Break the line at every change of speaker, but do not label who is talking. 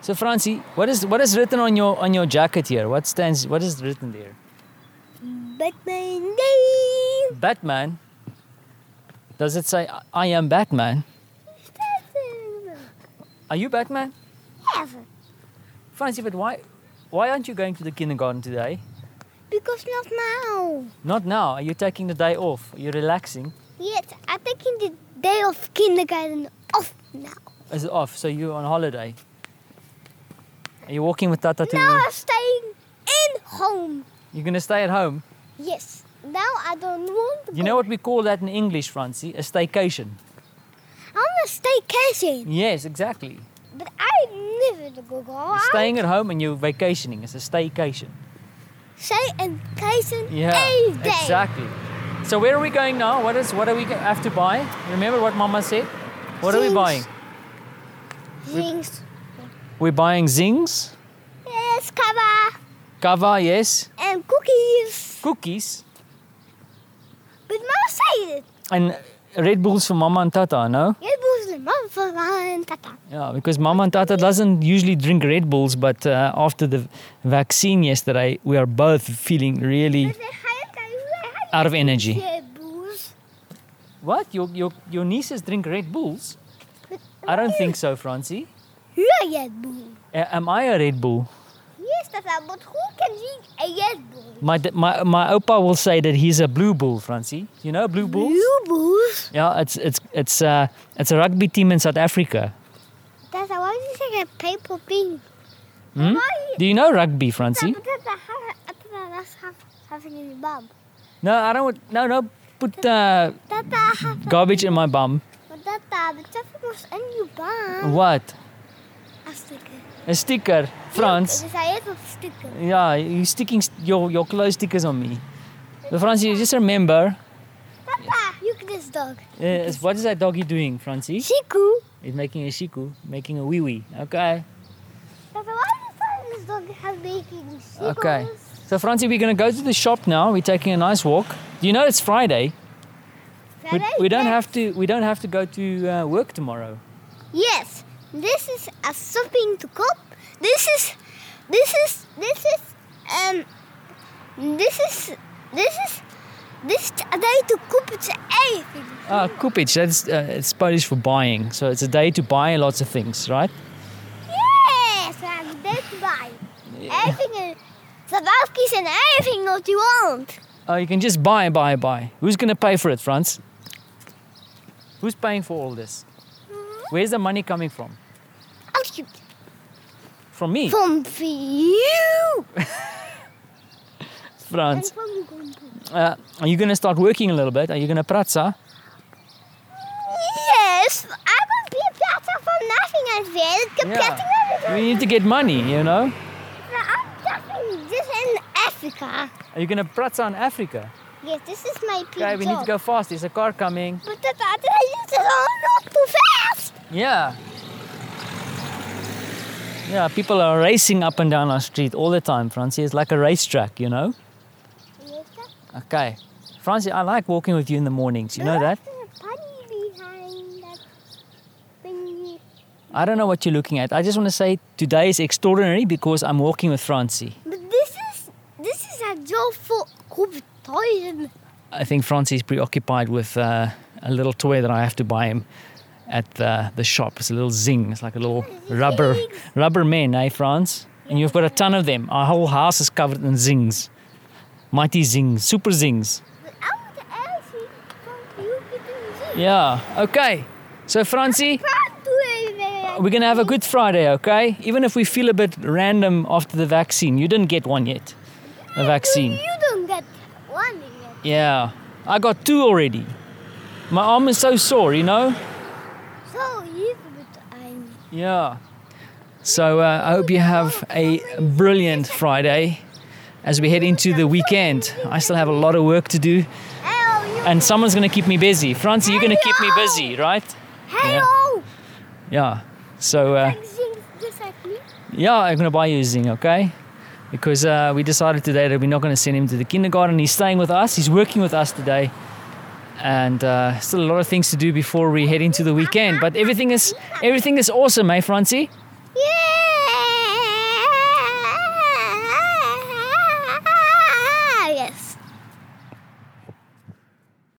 So Francie, what is what is written on your on your jacket here? What stands what is written there?
Batman name.
Batman. Does it say "I- I am Batman? Are you Batman?
Ever.
Francie, but why why aren't you going to the kindergarten today?
Because not now.
Not now. Are you taking the day off? Are you relaxing?
Yes, I'm taking the day of kindergarten off now.
Is it off? So you're on holiday? Are you walking with Tata to
Now I'm staying in home.
You're gonna stay at home?
Yes. Now I don't want to
You
go.
know what we call that in English, Francie? A staycation.
I want to stay cashing.
Yes, exactly.
But I never go go
You're
out.
staying at home and you're vacationing. It's a staycation.
Stay in cashing
Yeah.
every day.
Exactly. So where are we going now? What is what are we go- have to buy? Remember what Mama said? What are we
Things.
buying?
Things.
We're buying zings,
Yes, cover
kava, yes,
and cookies.
cookies,
But mama said it.
and Red Bulls for Mama and Tata, no?
It was the mom for mine, tata.
Yeah, because Mama and Tata doesn't usually drink Red Bulls, but uh, after the vaccine yesterday, we are both feeling really
But they had- they had
out of energy.
their booze.
What? Your, your, your nieces drink Red Bulls? I don't think so, Francie.
Yeah, yes, booze.
A- am I a Red Bull?
Yes, tata, but who can drink a yes booze?
My, d- my, my opa will say that he's a Blue Bull, Francie. You know Blue Bulls?
You booze?
Yeah, it's, it's, it's, uh, it's a rugby team in South Africa.
Tata, why do you take a paper thing?
Hmm?
Why?
Do you know rugby, Francie?
Tata, tata, have- tata, that's half- having in the bum.
No, I don't. want- No, no. Put uh,
Tata, have-
garbage in my bum.
but tata, the traffic was in your bum.
What?
A sticker.
A sticker, Frans.
Look, It is a yes of sticker.
Yeah, you're sticking st- your your clothes stickers on me. But Francie, just remember,
Tata, look at this dog.
uh, is- what is that doggy doing, Francie?
Shiku.
It's making a shiku, making a wee wee. Okay.
Tata, why do you find this dog has making shiku?
Okay. So Francie, we're gonna go to the shop now. We're taking a nice walk. Do you know it's Friday? We, we don't have to. We don't have to go to uh, work tomorrow.
Yes, this is a something to cook. This is, this is, this is, um, this is, this is, this is a day to cook it's everything.
Ah, kupich. That's uh, it's Polish for buying. So it's a day to buy lots of things, right?
Yes, I'm a day to buy. Everything is, the baskets and everything what you want.
Oh, you can just buy, buy, buy. Who's going to pay for it, Franz? Who's paying for all this? Where's the money coming from?
I'll keep it
From me,
from for you. And
Franz.
from you, from you.
Uh, are you going to start working a little bit? Are you going to pratsa?
Yes, I will be a platter from nothing as well. The platter
We need to get money, you know?
I'm shopping just in Africa.
Are you going to pratsa in Africa?
Yes, this is my pizza.
Okay, we need to go fast. There's a car coming.
But the father is all not too fast.
Yeah. Yeah, people are racing up and down our street all the time, Francie. It's like a racetrack, you know?
Yes, sir.
Okay. Francie, I like walking with you in the mornings. You know that?
There's a bunny behind that thingy.
I don't know what you're looking at. I just want to say today is extraordinary because I'm walking with Francie.
But this is this is a job for competition.
I think Francie's preoccupied with uh, a little toy that I have to buy him at the, the shop. It's a little zing. It's like a little rubber rubber man, eh, Franz? And you've got a ton of them. Our whole house is covered in zings. Mighty zings, super zings.
But I want to ask you from you getting
Yeah. Okay. So Francie,
proud to it.
we're gonna have a good Friday, okay? Even if we feel a bit random after the vaccine. You didn't get one yet. A vaccine.
You don't get one yet.
Yeah, I got two already. My arm is so sore, you know?
So you but I'm
Yeah. So uh, I hope you have a brilliant Friday as we head into the weekend. I still have a lot of work to do,
Hello, you
and someone's going to keep me busy. Francie, you're going to keep me busy, right?
Hello!
Yeah. So, uh,
Like things just like me.
yeah, I'm going to buy you a Zing, okay? Because uh, we decided today that we're not going to send him to the kindergarten. He's staying with us, he's working with us today. And uh, still a lot of things to do before we head into the weekend. But everything is everything is awesome, eh, Francie?